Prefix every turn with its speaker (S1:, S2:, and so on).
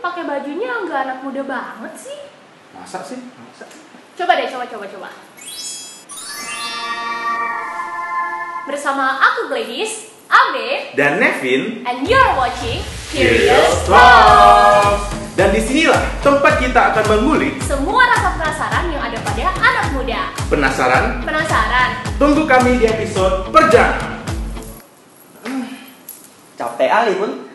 S1: pakai bajunya nggak anak muda banget sih.
S2: Masa sih?
S1: Coba deh, coba, coba, coba. Bersama aku Gladys, Abe,
S2: Dan Nevin,
S1: and you're watching Curious Talk.
S2: Talks. Dan disinilah tempat kita akan mengulik
S1: Semua rasa penasaran yang ada pada anak muda.
S2: penasaran.
S1: Penasaran?
S2: Tunggu kami di episode Perjalanan.
S3: Capek kali pun.